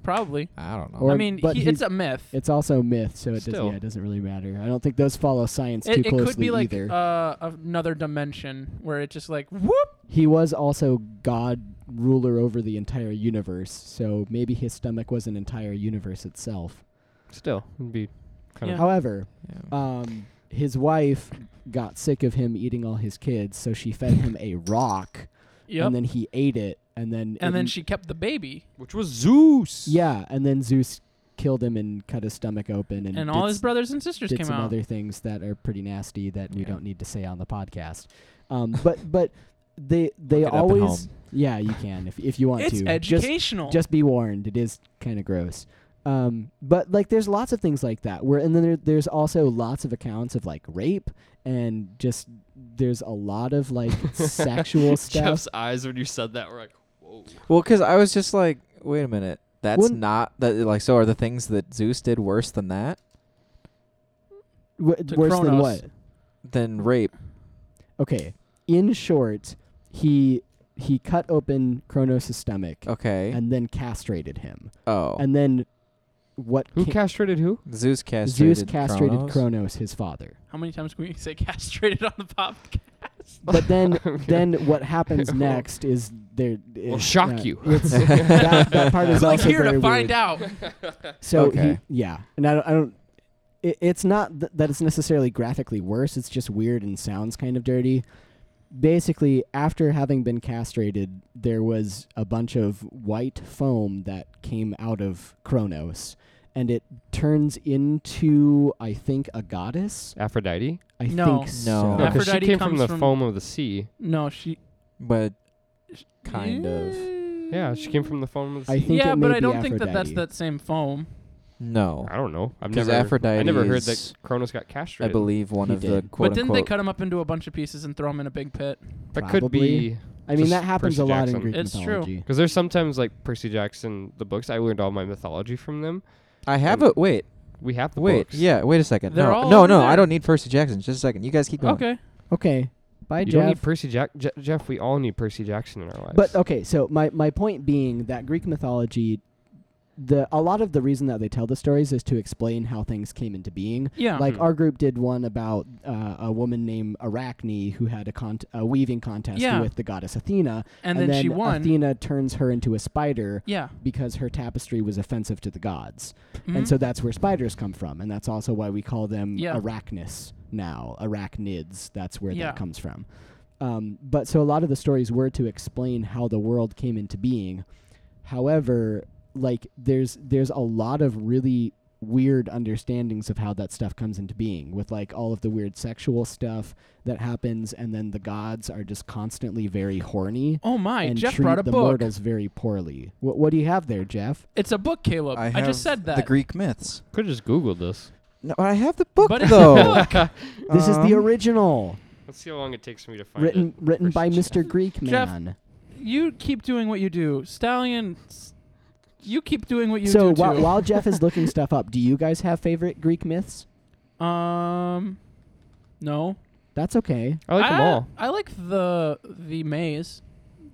Probably.
I don't know.
Or-
I mean,
but
he,
he-
it's a myth.
It's also myth, so it doesn't.
Still.
Yeah, it doesn't really matter. I don't think those follow science
it,
too
it
closely
could be like
either.
uh, another dimension where it just like whoop.
he was also God ruler over the entire universe, so maybe his stomach was an entire universe itself.
Still. It'd be kind of.
However,
Yeah.
um, his wife got sick of him eating all his kids, so she fed him a rock,
Yep.
and then he ate it, and then it-
then she kept the baby,
Which was Zeus.
yeah, and then Zeus killed him and cut his stomach open, and,
and, all
did
his brothers and sisters
did
came
some
out.
other things that are pretty nasty that we
Yeah.
don't need to say on the podcast. Um, but but they they
Look it up at
always
home.
yeah you can if if you want
it's
to just
educational.
just be warned it is kind of gross. Um, but like there's lots of things like that where and then there, there's also lots of accounts of like rape and just there's a lot of like sexual stuff.
Jeff's eyes when you said that were like, whoa.
well, because I was just like, wait a minute, that's
Wouldn't-
not that. Like, so are the things that Zeus did worse than that?
W-
To
worse than
Kronos.
what?
Than rape?
Okay, in short, he he cut open Kronos' stomach
Okay.
and then castrated him.
oh,
And then what
Who
ca-
castrated who?
Zeus castrated.
Zeus castrated
Cronos?
Kronos? his father.
How many times can we say castrated on the podcast?
But then
Okay.
then what happens next is there
We'll
is,
shock
uh,
you.
It's, that, that part is
Click
also
here
very
to find
weird.
out.
So
Okay.
he, yeah, and I don't, I don't it, it's not th- that it's necessarily graphically worse. It's just weird and sounds kind of dirty. Basically, after having been castrated, there was a bunch of white foam that came out of Kronos, and it turns into, I think, a goddess.
Aphrodite?
I
No.
think
No.
so.
No, 'cause she
Aphrodite
came from
comes
the
from-
foam of the sea.
No, she
But Kind of.
Yeah, she came from the foam of the
I
sea.
think
yeah,
it may
but
be
I don't think that that's
Aphrodite.
that same foam.
no,
I don't know. I've
because
never.
Aphrodite.
I never heard
is-
that Kronos got
I
castrated.
believe one
He
of the
did.
quote
but didn't they
unquote.
cut him up into a bunch of pieces and throw him in a big pit?
That could
Probably.
be
I mean,
Just
that happens
Percy
a lot
Jackson.
in Greek
It's true.
mythology.
because there's sometimes like Percy Jackson the books. I learned all my mythology from them.
I have a wait,
We have the
wait,
books.
yeah, wait a 2nd
They're
no,
all
no,
over
no, I
there.
don't need Percy Jackson. Just a second. You guys keep going.
Okay.
Okay, bye,
you
Jeff. uh,
don't need Percy Jack Je- Jeff. We all need Percy Jackson in our lives.
But okay, so my, my point being that Greek mythology the a lot of the reason that they tell the stories is to explain how things came into being.
Yeah.
Like
Mhm.
our group did one about uh, a woman named Arachne who had a, con- a weaving contest
Yeah.
with the goddess Athena,
and, then, she won.
Athena turns her into a spider
yeah.
because her tapestry was offensive to the gods, and so that's where spiders come from, and that's also why we call them
Mm-hmm. Yeah.
arachnus now, arachnids. That's where
Yeah.
that comes from. Um, but so a lot of the stories were to explain how the world came into being. However, like there's there's a lot of really weird understandings of how that stuff comes into being with like all of the weird sexual stuff that happens and then the gods are just constantly very horny
oh my,
and
Jeff
treat
brought a
the
book.
mortals very poorly. What what do you have there, Jeff?
It's a book, Caleb. I,
have
just said that.
The Greek myths.
Could have just Googled this.
No, I have the book
But it's a
though.
This is the
Um,
original.
Let's see how long it takes for me to find
written
it.
written
versus
by
Jeff.
Mr. Greek
Jeff,
Man.
You keep doing what you do, Stallion. s- You keep doing what you
so
do
while,
too.
while Jeff is looking stuff up, do you guys have favorite Greek myths?
um, no.
That's okay.
I like
Ah!
them all.
I like the the maze,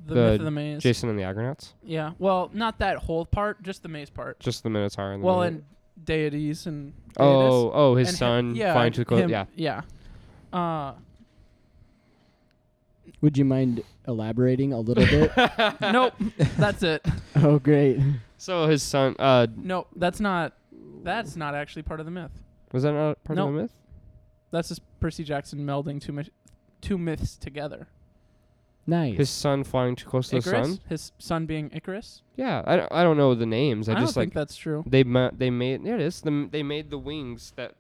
the,
The
myth of the maze.
Jason and the Argonauts.
Yeah. Well, not that whole part, just the maze part.
Just the Minotaur and the
well,
Minot-
and deities and
oh,
deities.
oh, his
And him-
son
yeah,
flying to the coast.
him-
Yeah,
yeah. Uh,
Would you mind elaborating a little bit?
nope, that's it.
oh, great.
So his son. Uh,
Nope, that's not. That's not actually part of the myth.
was that not part
Nope.
of the myth?
That's just Percy Jackson melding two myth, two myths together.
Nice.
His son flying too close to the
Icarus,
sun.
his son being Icarus.
Yeah, I don't, I don't know the names. I,
I,
just
don't
like
think that's true.
they ma- they made there it is. The, they made the wings that.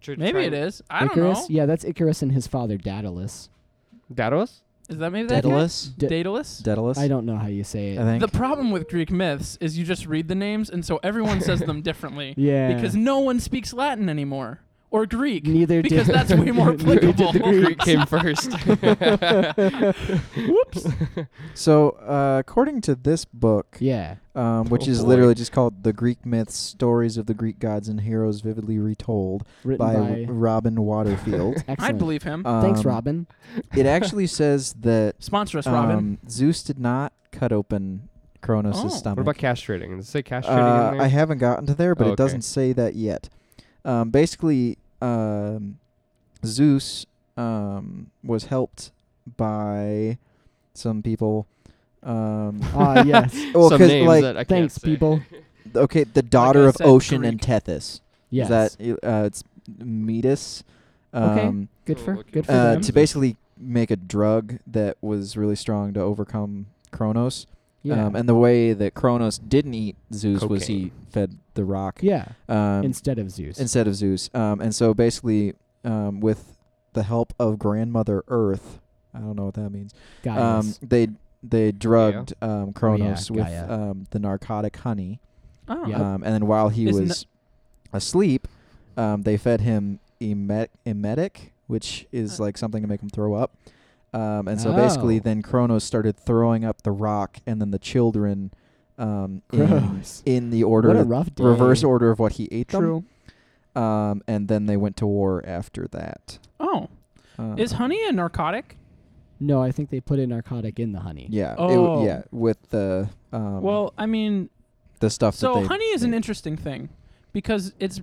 tr-
Maybe
try
it
and-
is. I don't
Icarus?
know.
Yeah, that's Icarus and his father Daedalus.
Daedalus.
Is that maybe that guy?
Daedalus.
D-
Daedalus.
Daedalus.
I don't know how you say
I
it.
think.
The problem with Greek myths is you just read the names, and so everyone says them differently
yeah.
because no one speaks Latin anymore or Greek.
neither
because
did
that's way more
neither did the
applicable.
Greek.
Greek came first.
So, uh, according to this book,
Yeah.
um, which
Oh,
is
boy.
literally just called "The Greek Myths: Stories of the Greek Gods and Heroes, Vividly Retold"
Written
by,
by,
R- Robin Waterfield.
I'd
excellent.
believe him.
um,
Thanks, Robin.
It actually says that
Sponsor us, Robin.
um, Zeus did not cut open Kronos'
Oh. What
stomach.
What about castrating? Does it say castrating
Uh,
in
I
there?
haven't gotten to there, but
Oh,
it
okay.
doesn't say that yet. Um, basically, um, Zeus um, was helped by some people. Um,
Ah, yes.
well,
Some
'cause,
names
like,
that I can't
Thanks,
say.
people.
okay, the daughter
I
of
said,
Ocean and
Greek.
Tethys.
Yes.
Is that uh, it's Metis?
Okay.
Um,
good
We'll
Oh,
for
look
good
into
for
it.
uh,
them.
to basically make a drug that was really strong to overcome Kronos.
yeah.
Um, and the way that Kronos didn't eat Zeus was he
Cocaine.
fed the rock
yeah.
um,
Instead of Zeus.
instead of Zeus. Um, and so basically, um, with the help of grandmother Earth, I don't know what that means. Um,
Guys.
they they drugged um, Kronos with
Oh, Gaia.
um, the narcotic honey,
oh.
Yep.
um, and then while he
Isn't
was asleep, um, they fed him emet- emetic, which is
Uh.
like something to make him throw up. Um, and so basically,
Oh.
then Kronos started throwing up the rock, and then the children, um, in,
Gross.
in the order,
What a
that-
rough day.
reverse order of what he ate them.
True.
Um, and then they went to war after that.
Oh,
Uh,
is honey a narcotic?
No, I think they put a narcotic in the honey.
Yeah. it
Oh.
w- yeah. With the um,
well, I mean,
the stuff
so
that they
honey is an interesting thing because it's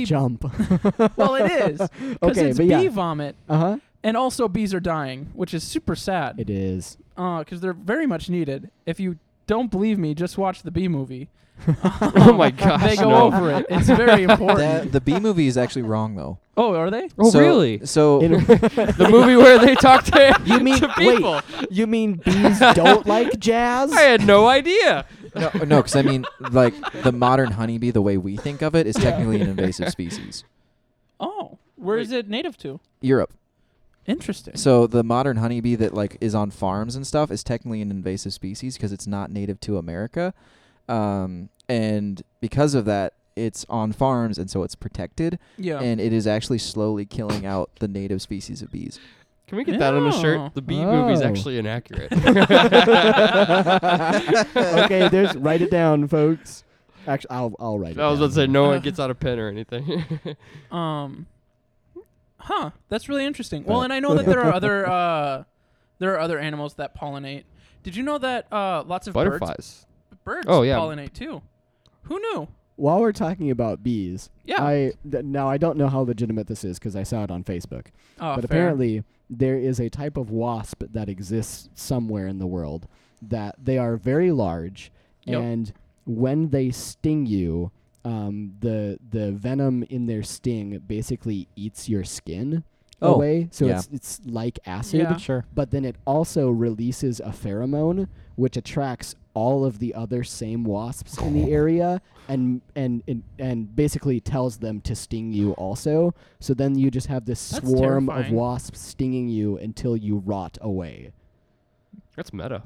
What a jump.
well, it is because
okay,
it's
but
bee
yeah.
vomit,
Uh huh.
and also bees are dying, which is super sad.
It is.
because they're very much needed. If you don't believe me, just watch the bee movie.
Oh my gosh!
they go
no.
over it. It's very important.
That- the B movie is actually wrong though.
oh, are they?
Oh
So-
really?
So
The movie where they talk to
you mean
to people.
wait? You mean bees don't like jazz?
I had no idea.
no, no, because I mean, like the modern honeybee, the way we think of it, is technically an invasive species.
Oh, where is it native to?
Europe.
Interesting.
So the modern honeybee that like is on farms and stuff is technically an invasive species because it's not native to America, um, and because of that, it's on farms and so it's protected.
yeah.
and it is actually slowly killing out the native species of bees.
Can we get that on a
Oh.
shirt? The bee movie's
Oh.
actually inaccurate.
okay, there's write it down, folks. Actually, I'll I'll write it.
I was
down.
gonna say no one gets out of pen or anything.
Um, huh. That's really interesting. Well,
But-
and I know that there are other uh, there are other animals that pollinate. Did you know that uh, lots of
Butterflies.
birds birds
Oh, yeah.
pollinate too? Who knew?
While we're talking about bees,
Yeah.
I th- now I don't know how legitimate this is because I saw it on Facebook,
Oh,
but
fair.
apparently there is a type of wasp that exists somewhere in the world that they are very large,
Yep.
and when they sting you, um, the the venom in their sting basically eats your skin
Oh,
away, so
yeah.
it's it's like acid.
Yeah.
Sure.
but then it also releases a pheromone which attracts all of the other same wasps in the area and and and, and basically tells them to sting you also so then you just have this
That's
swarm of
terrifying.
wasps stinging you until you rot away
That's meta.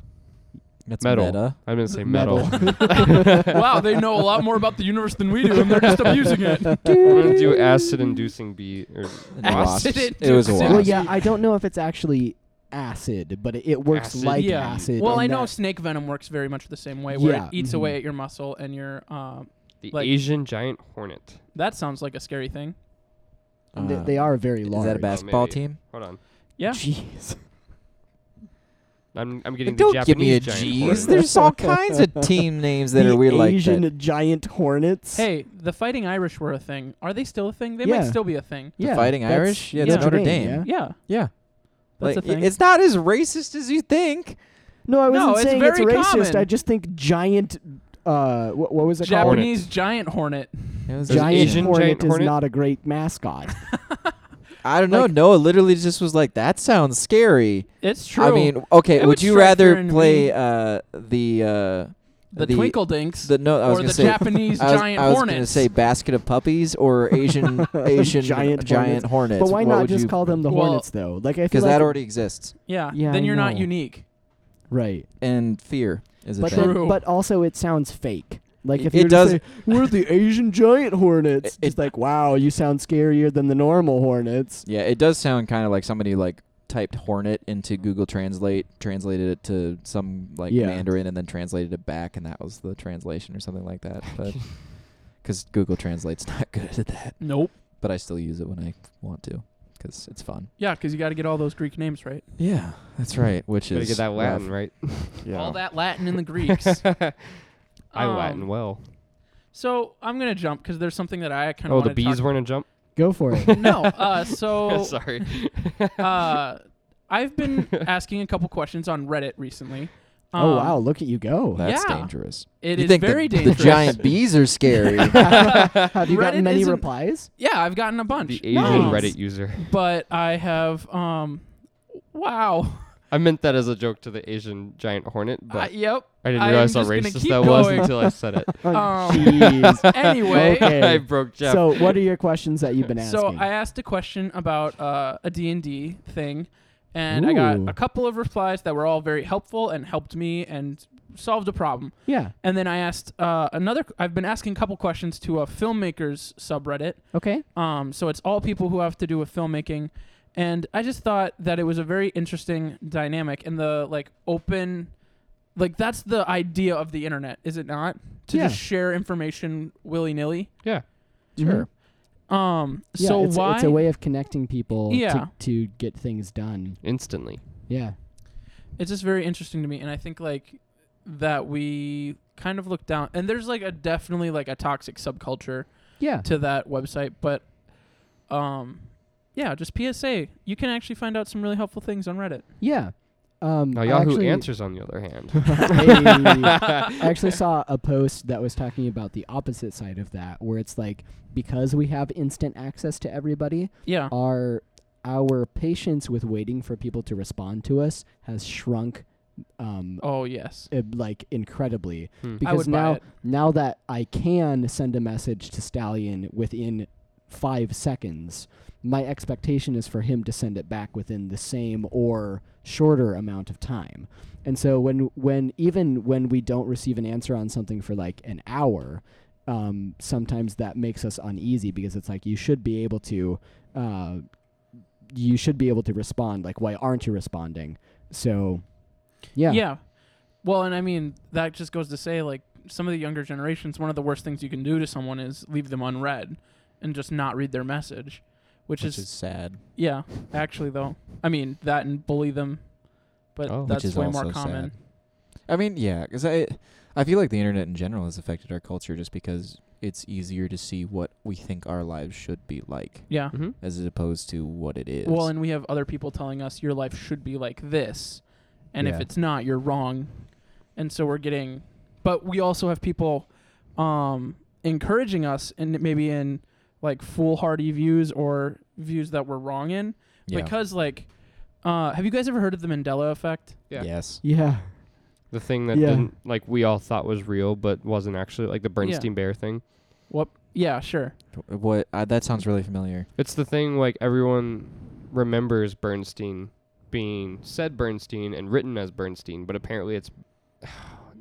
That's
Metal.
meta.
I'm gonna say metal.
Metal.
wow, they know a lot more about the universe than we do, and they're just abusing it.
We're gonna do acid-inducing bee. Or
Wasps.
Wasps. It was a wasp.
Acid-inducing.
well yeah i don't know if it's actually acid but it, it works
Acid,
like
yeah.
acid
Well,
in
I know
that-
snake venom works very much the same way, where
Yeah,
it eats
mhm.
away at your muscle and your. Um,
the
Like-
Asian giant hornet.
that sounds like a scary thing.
they,
Uh,
they are very large
Is that a basketball
maybe.
team?
Hold on.
Yeah.
jeez
I'm, I'm getting the
Don't
Japanese
give me a
giant
G's.
hornet.
There's all kinds of team names that
the
are weird
asian
like that.
giant hornets
Hey, the Fighting Irish were a thing. Are they still a thing? They might
Yeah.
still be a thing.
yeah,
Fighting
that's-
Irish? Yeah,
it's
that's
Notre
Dame,
Dame.
yeah?
Yeah,
Yeah.
that's
like,
a thing.
It's not as racist as you think.
No, I
No,
wasn't
it's
saying it's
very
racist.
common.
I just think giant. Uh, what, what was it called?
Japanese giant hornet.
It was
There's
Giant
Asian
hornet
giant
is
hornet?
not a great mascot.
I don't know.
like-
Noah literally just was like, "That sounds scary."
It's true.
I mean, okay.
It
Would,
would
you
strike fear
rather
into
play
me.
uh, the uh,
the,
the-
twinkle dinks
the no? I was
or
gonna
the
say
Japanese
I was,
giant
I was
hornets.
gonna say basket of puppies or Asian Asian
Giant
giant hornets.
but why
What
not
would
just
you,
call them the
Well,
hornets though? Like I feel
Because
like
that already exists.
yeah.
Yeah,
then
I
you're not
know.
unique.
right.
And fear is a
But
thing.
then,
True.
but also it sounds fake. Like if
It
you were to
does-
say, we're the Asian giant hornets.
It-
it's like wow, you sound scarier than the normal hornets.
Yeah, it does sound kind of like somebody like typed hornet into Google Translate, translated it to some like
Yeah.
Mandarin, and then translated it back, and that was the translation or something like that. But because Google Translate's not good at that,
Nope.
but I still use it when I want to because it's fun.
Yeah, because you got to get all those Greek names right.
Yeah, that's right. Which
Gotta
is
get that Latin
rough.
right.
All that Latin and the Greeks.
I
Um,
Latin well.
So I'm gonna jump because there's something that I kind of.
Oh, the bees weren't a jump.
Go for it.
No. Uh, so
Sorry.
uh, I've been asking a couple questions on Reddit recently.
oh
Um,
wow, look at you go.
That's
Yeah.
dangerous.
It
you
is
think the-
very
the,
dangerous.
giant bees are scary?
Have you
Reddit
gotten many
isn't-
replies?
Yeah, I've gotten a bunch.
the Asian
Um,
Nice.
Reddit user.
But I have. Um, wow.
I meant that as a joke to the Asian giant hornet, but
I- yep.
I didn't
I'm
realize how
just gonna
racist
keep
that was
going.
until I said it.
Oh,
Um,
Jeez.
Anyway.
Okay.
I broke Jeff.
So what are your questions that you've been asking?
So I asked a question about uh, a D&D thing, and I got
Ooh.
a couple of replies that were all very helpful and helped me and solved a problem.
yeah.
And then I asked uh, another. I've been asking a couple questions to a filmmakers subreddit.
Okay.
Um, so it's all people who have to do with filmmaking, and I just thought that it was a very interesting dynamic and the like open, like that's the idea of the internet, is it not? To
Yeah.
just share information willy nilly.
yeah,
Mhm.
sure.
Um,
Yeah,
so
it's,
why?
it's a way of connecting people
Yeah.
to, to get things done.
instantly.
Yeah.
it's just very interesting to me and i think like that we kind of look down and there's like a definitely like a toxic subculture
Yeah.
to that website but um yeah just psa you can actually find out some really helpful things on reddit
Yeah. Um,
Now
I
Yahoo
actually,
Answers, on the other hand,
I I actually saw a post that was talking about the opposite side of that, where it's like because we have instant access to everybody,
yeah
our our patience with waiting for people to respond to us has shrunk, um,
oh yes
uh, like incredibly.
Hmm. I
Because
i would
now
buy it
now that I can send a message to Stallion within five seconds, my expectation is for him to send it back within the same or shorter amount of time. And so when when even when we don't receive an answer on something for like an hour, um, sometimes that makes us uneasy because it's like you should be able to uh, you should be able to respond. Like why aren't you responding? So yeah.
yeah well and i mean that just goes to say like some of the younger generations one of the worst things you can do to someone is leave them unread and just not read their message which,
Which
is
is sad.
Yeah, actually, though. I mean, that and bully them, but
Oh. Which
that's
is
way
also
more common.
sad. I mean, yeah, because I, I feel like the internet in general has affected our culture just because it's easier to see what we think our lives should be like
Yeah.
hmm
as opposed to what it is.
Well, and we have other people telling us your life should be like this, and if
Yeah.
it's not, you're wrong. And so we're getting, but we also have people um, encouraging us, and maybe in like foolhardy views or views that we're wrong in,
yeah.
because like, uh, have you guys ever heard of the Mandela effect?
Yeah.
yes.
Yeah.
The thing that
Yeah.
didn't, like we all thought was real, but wasn't actually like the Bernstein Bear thing.
What? Yeah, sure.
What uh, that sounds really familiar.
It's the thing like everyone remembers Bernstein being said Bernstein and written as Bernstein, but apparently it's
It's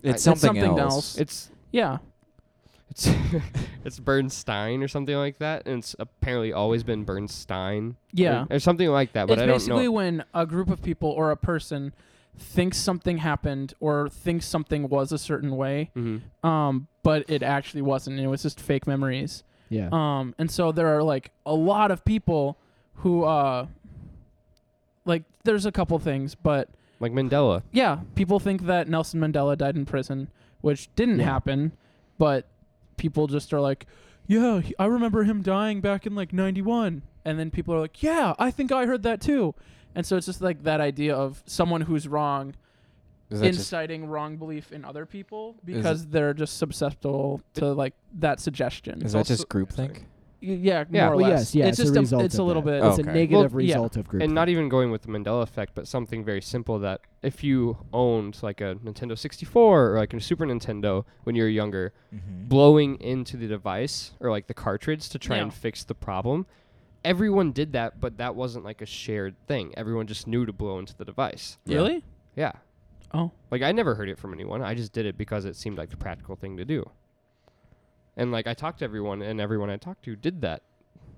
that's
something,
something
else.
else.
it's
Yeah,
it's it's Bernstein or something like that, and it's apparently always been Bernstein.
yeah.
or, or something like that. But
it's
I don't
basically
know.
when a group of people or a person thinks something happened or thinks something was a certain way
Mhm.
um, but it actually wasn't. It was just fake memories.
Yeah.
Um, and so there are like a lot of people who, uh, like, there's a couple things, but
Like Mandela.
yeah, people think that Nelson Mandela died in prison, which didn't
Yeah.
happen, but people just are like, yeah, he- I remember him dying back in like 91. And then people are like, yeah, I think I heard that too. And so it's just like that idea of someone who's wrong
Is that just-
inciting wrong belief in other people because they're just susceptible to like that suggestion. Y-
is that
also-
just groupthink?
Yeah,
Yeah.
more or
Well, yes,
less.
yeah, it's
it's,
a
just
result
it's
of
a little
that.
bit.
Oh.
It's
Okay.
a negative
Well, yeah.
result of group.
And not even going with the Mandela effect, but something very simple that if you owned like a Nintendo 64 or like a Super Nintendo when you were younger,
Mm-hmm.
blowing into the device or like the cartridge to try
Yeah.
and fix the problem. Everyone did that, but that wasn't like a shared thing. Everyone just knew to blow into the device.
Yeah.
Really?
Yeah.
Oh.
Like I never heard it from anyone. I just did it because it seemed like the practical thing to do. And like I talked to everyone, and everyone I talked to did that,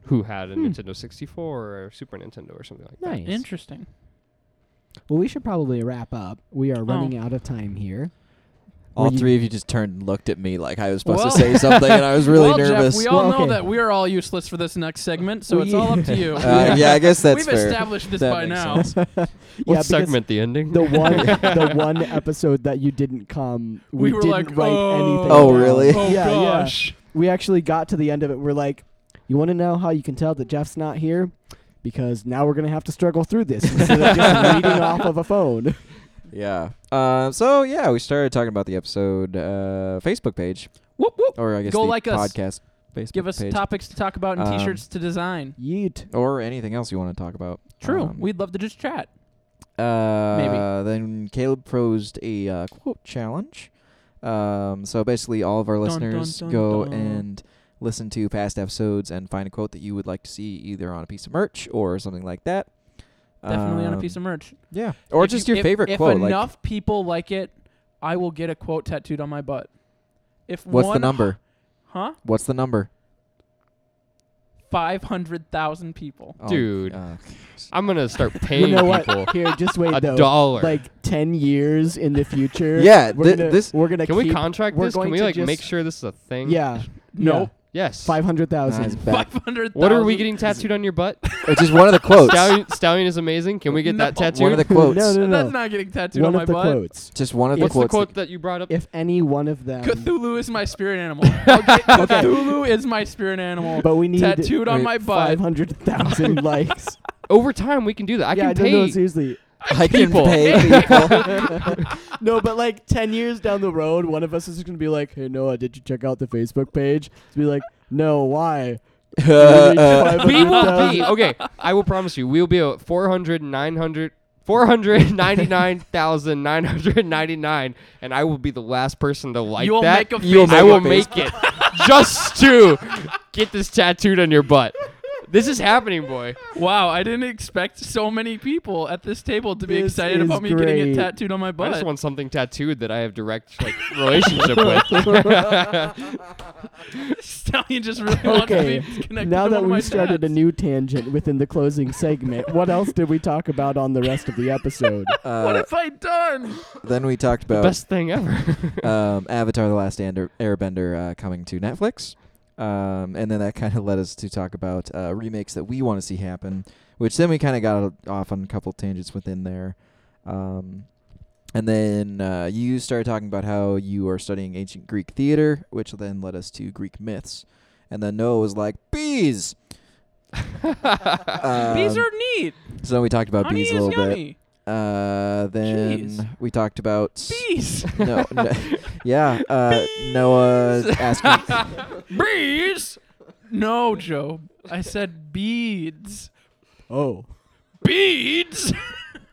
who had a
Hmm.
Nintendo 64 or Super Nintendo or something like
nice.
Interesting.
well, we should probably wrap up. We are running out of time here.
All
Were you-
three of you just turned and looked at me like I was supposed
Well-
to say something, and I was really
well,
nervous.
Jeff, we all
Well,
know
okay.
that we are all useless for this next segment, so
We-
it's all up to you.
Uh, yeah, I guess that's
We've
fair.
established this
That
by
makes
now.
sense.
yeah,
that. What
because
segment? The ending.
The one, the one episode that you didn't come, we,
We were
didn't
like,
write
"Oh,
anything.
Oh,
down."
really?
Oh
yeah, yeah.
gosh.
We actually got to the end of it. We're like, you want to know how you can tell that Jeff's not here? Because now we're gonna have to struggle through this instead of just reading off of a phone.
Yeah. Uh, so yeah, we started talking about the episode uh, Facebook page,
Whoop whoop.
or I guess
Go
the
like us.
podcast Facebook
Give us
page,
topics to talk about and
Um,
t-shirts to design.
Yeet.
or anything else you want to talk about.
True.
Um,
We'd love to just chat.
uh,
maybe.
Then Caleb posed a uh, quote challenge. Um, so basically, all of our
Dun, dun,
listeners
dun,
go
dun.
and listen to past episodes and find a quote that you would like to see either on a piece of merch or something like that.
Definitely on a
Um,
piece of merch.
Yeah, or
If
just
you-
your
if-
favorite
if
quote. like,
enough people like it, I will get a quote tattooed on my butt. If
what's
one,
the number?
Huh?
What's the number?
Five hundred thousand people.
Oh,
Dude.
uh,
I'm gonna start
You
paying
know
people
what? Here, just wait
a
though.
dollar.
Like ten years in the future.
Yeah,
we're
thi-
gonna,
this-
we're gonna
Can
keep.
we contract
we're
this? Can
going
we
to
like
just-
make sure this is a thing?
yeah.
Nope.
Yes.
Five hundred
Nice.
thousand.
Back.
Five hundred.
What are we getting tattooed on your butt?
Which is uh, one of the quotes.
Stallion, Stallion is amazing. Can we get that
No.
tattooed?
one of the quotes.
No, no, no.
That's not getting tattooed
one
on my
of the
butt.
quotes.
Just one of the
What's
quotes.
the quote that you brought up?
If any one of them.
Cthulhu is my spirit animal. Okay, Cthulhu is my spirit animal.
But we need
tattooed on
wait,
my
five
butt.
hundred thousand likes.
Over time, we can do that. I
yeah,
can
no,
pay.
no, seriously.
I can
people.
pay people.
No, but like ten years down the road, one of us is gonna be like, "Hey Noah, did you check out the Facebook page?" To be like, "No, why?"
Uh, uh,
we will be okay. I will promise you, we'll be at 400, 900, 499,999, and I will be the last person to like
You'll
that.
make a
You'll
face.
make
I
a
will
face.
make it just to get this tattooed on your butt. This is happening, boy.
wow, I didn't expect so many people at this table to be
This
excited
is
about me getting it
great.
tattooed on my
I just
butt.
want something tattooed that I have direct like relationship with.
Stallion just really wants
Okay,
to be connected
Now
to
that
one of my
we've started a
tats.
new tangent within the closing segment, what else did we talk about on the rest of the episode?
uh,
What have I done?
then we talked about
Best thing ever.
um, Avatar: The Last Ander- Airbender uh, coming to Netflix, um, and then that kind of led us to talk about uh, remakes that we want to see happen. Which then we kind of got off on a couple tangents within there. Um, And then uh, you started talking about how you are studying ancient Greek theater, which then led us to Greek myths. And then Noah was like, bees!
Bees
Um,
are neat.
So then we talked about
Honey
bees
is
a little bit.
yummy.
Uh, then
Jeez.
we talked about.
Bees.
no, no, yeah. Uh, Noah asking.
bees. No, Joe. I said beads.
Oh,
Beads.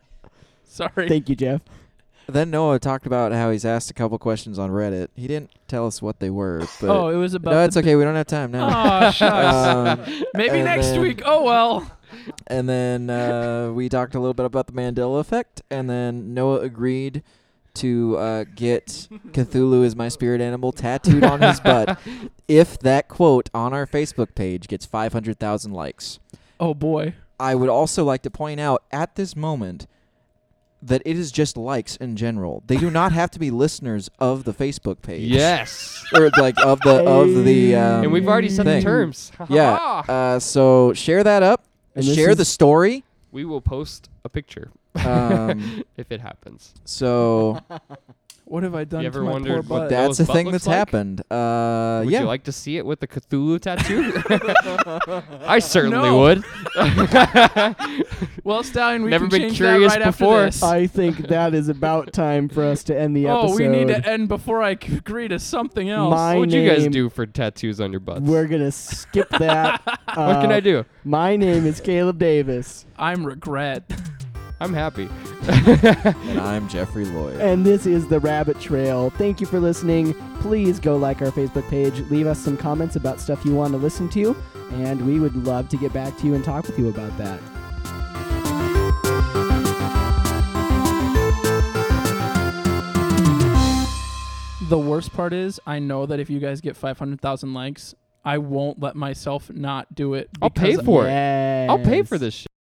Sorry.
thank you, Jeff.
Then Noah talked about how he's asked a couple questions on Reddit. He didn't tell us what they were, but
oh, it was about.
no, it's okay. We don't have time now.
Oh, shucks.
Um,
Maybe
and
next
then-
week. Oh well.
and then uh, we talked a little bit about the Mandela effect, and then Noah agreed to uh, get Cthulhu is my spirit animal tattooed on his butt if that quote on our Facebook page gets 500,000 likes.
Oh boy.
I would also like to point out at this moment that it is just likes in general. They do not have to be listeners of the Facebook page.
yes.
or like of the of the um,
and we've already set the
thing.
terms.
Yeah.
Ha ha.
uh, so share that up
And this
share
is-
the story
we will post a picture
um,
if it happens.
so
What have I done
ever
to my poor
wondered what
butt?
that-
that's
Noah's
a
butt
thing
looks
that's
like?
happened uh,
would
yeah
you like to see it with the Cthulhu tattoo? I certainly
No.
would.
well, Stallion, we
Never
can
been
change
curious
that right
before.
after this.
I think that is about time for us to end the
oh,
episode.
we need to end before I c- agree to something else.
My
what would you guys
name-
do for tattoos on your butts?
We're gonna skip that.
what can
Uh,
I do?
My name is Caleb Davis,
I'm regret.
uh,
I'm happy.
and i'm jeffrey lloyd
and this is the Rabbit Trail. Thank you for listening. Please go like our Facebook page, leave us some comments about stuff you want to listen to, and we would love to get back to you and talk with you about that.
The worst part is, I know that if you guys get 500,000 likes, I won't let myself not do it.
I'll pay
because
for it. I'll pay
Yes.
for this shit.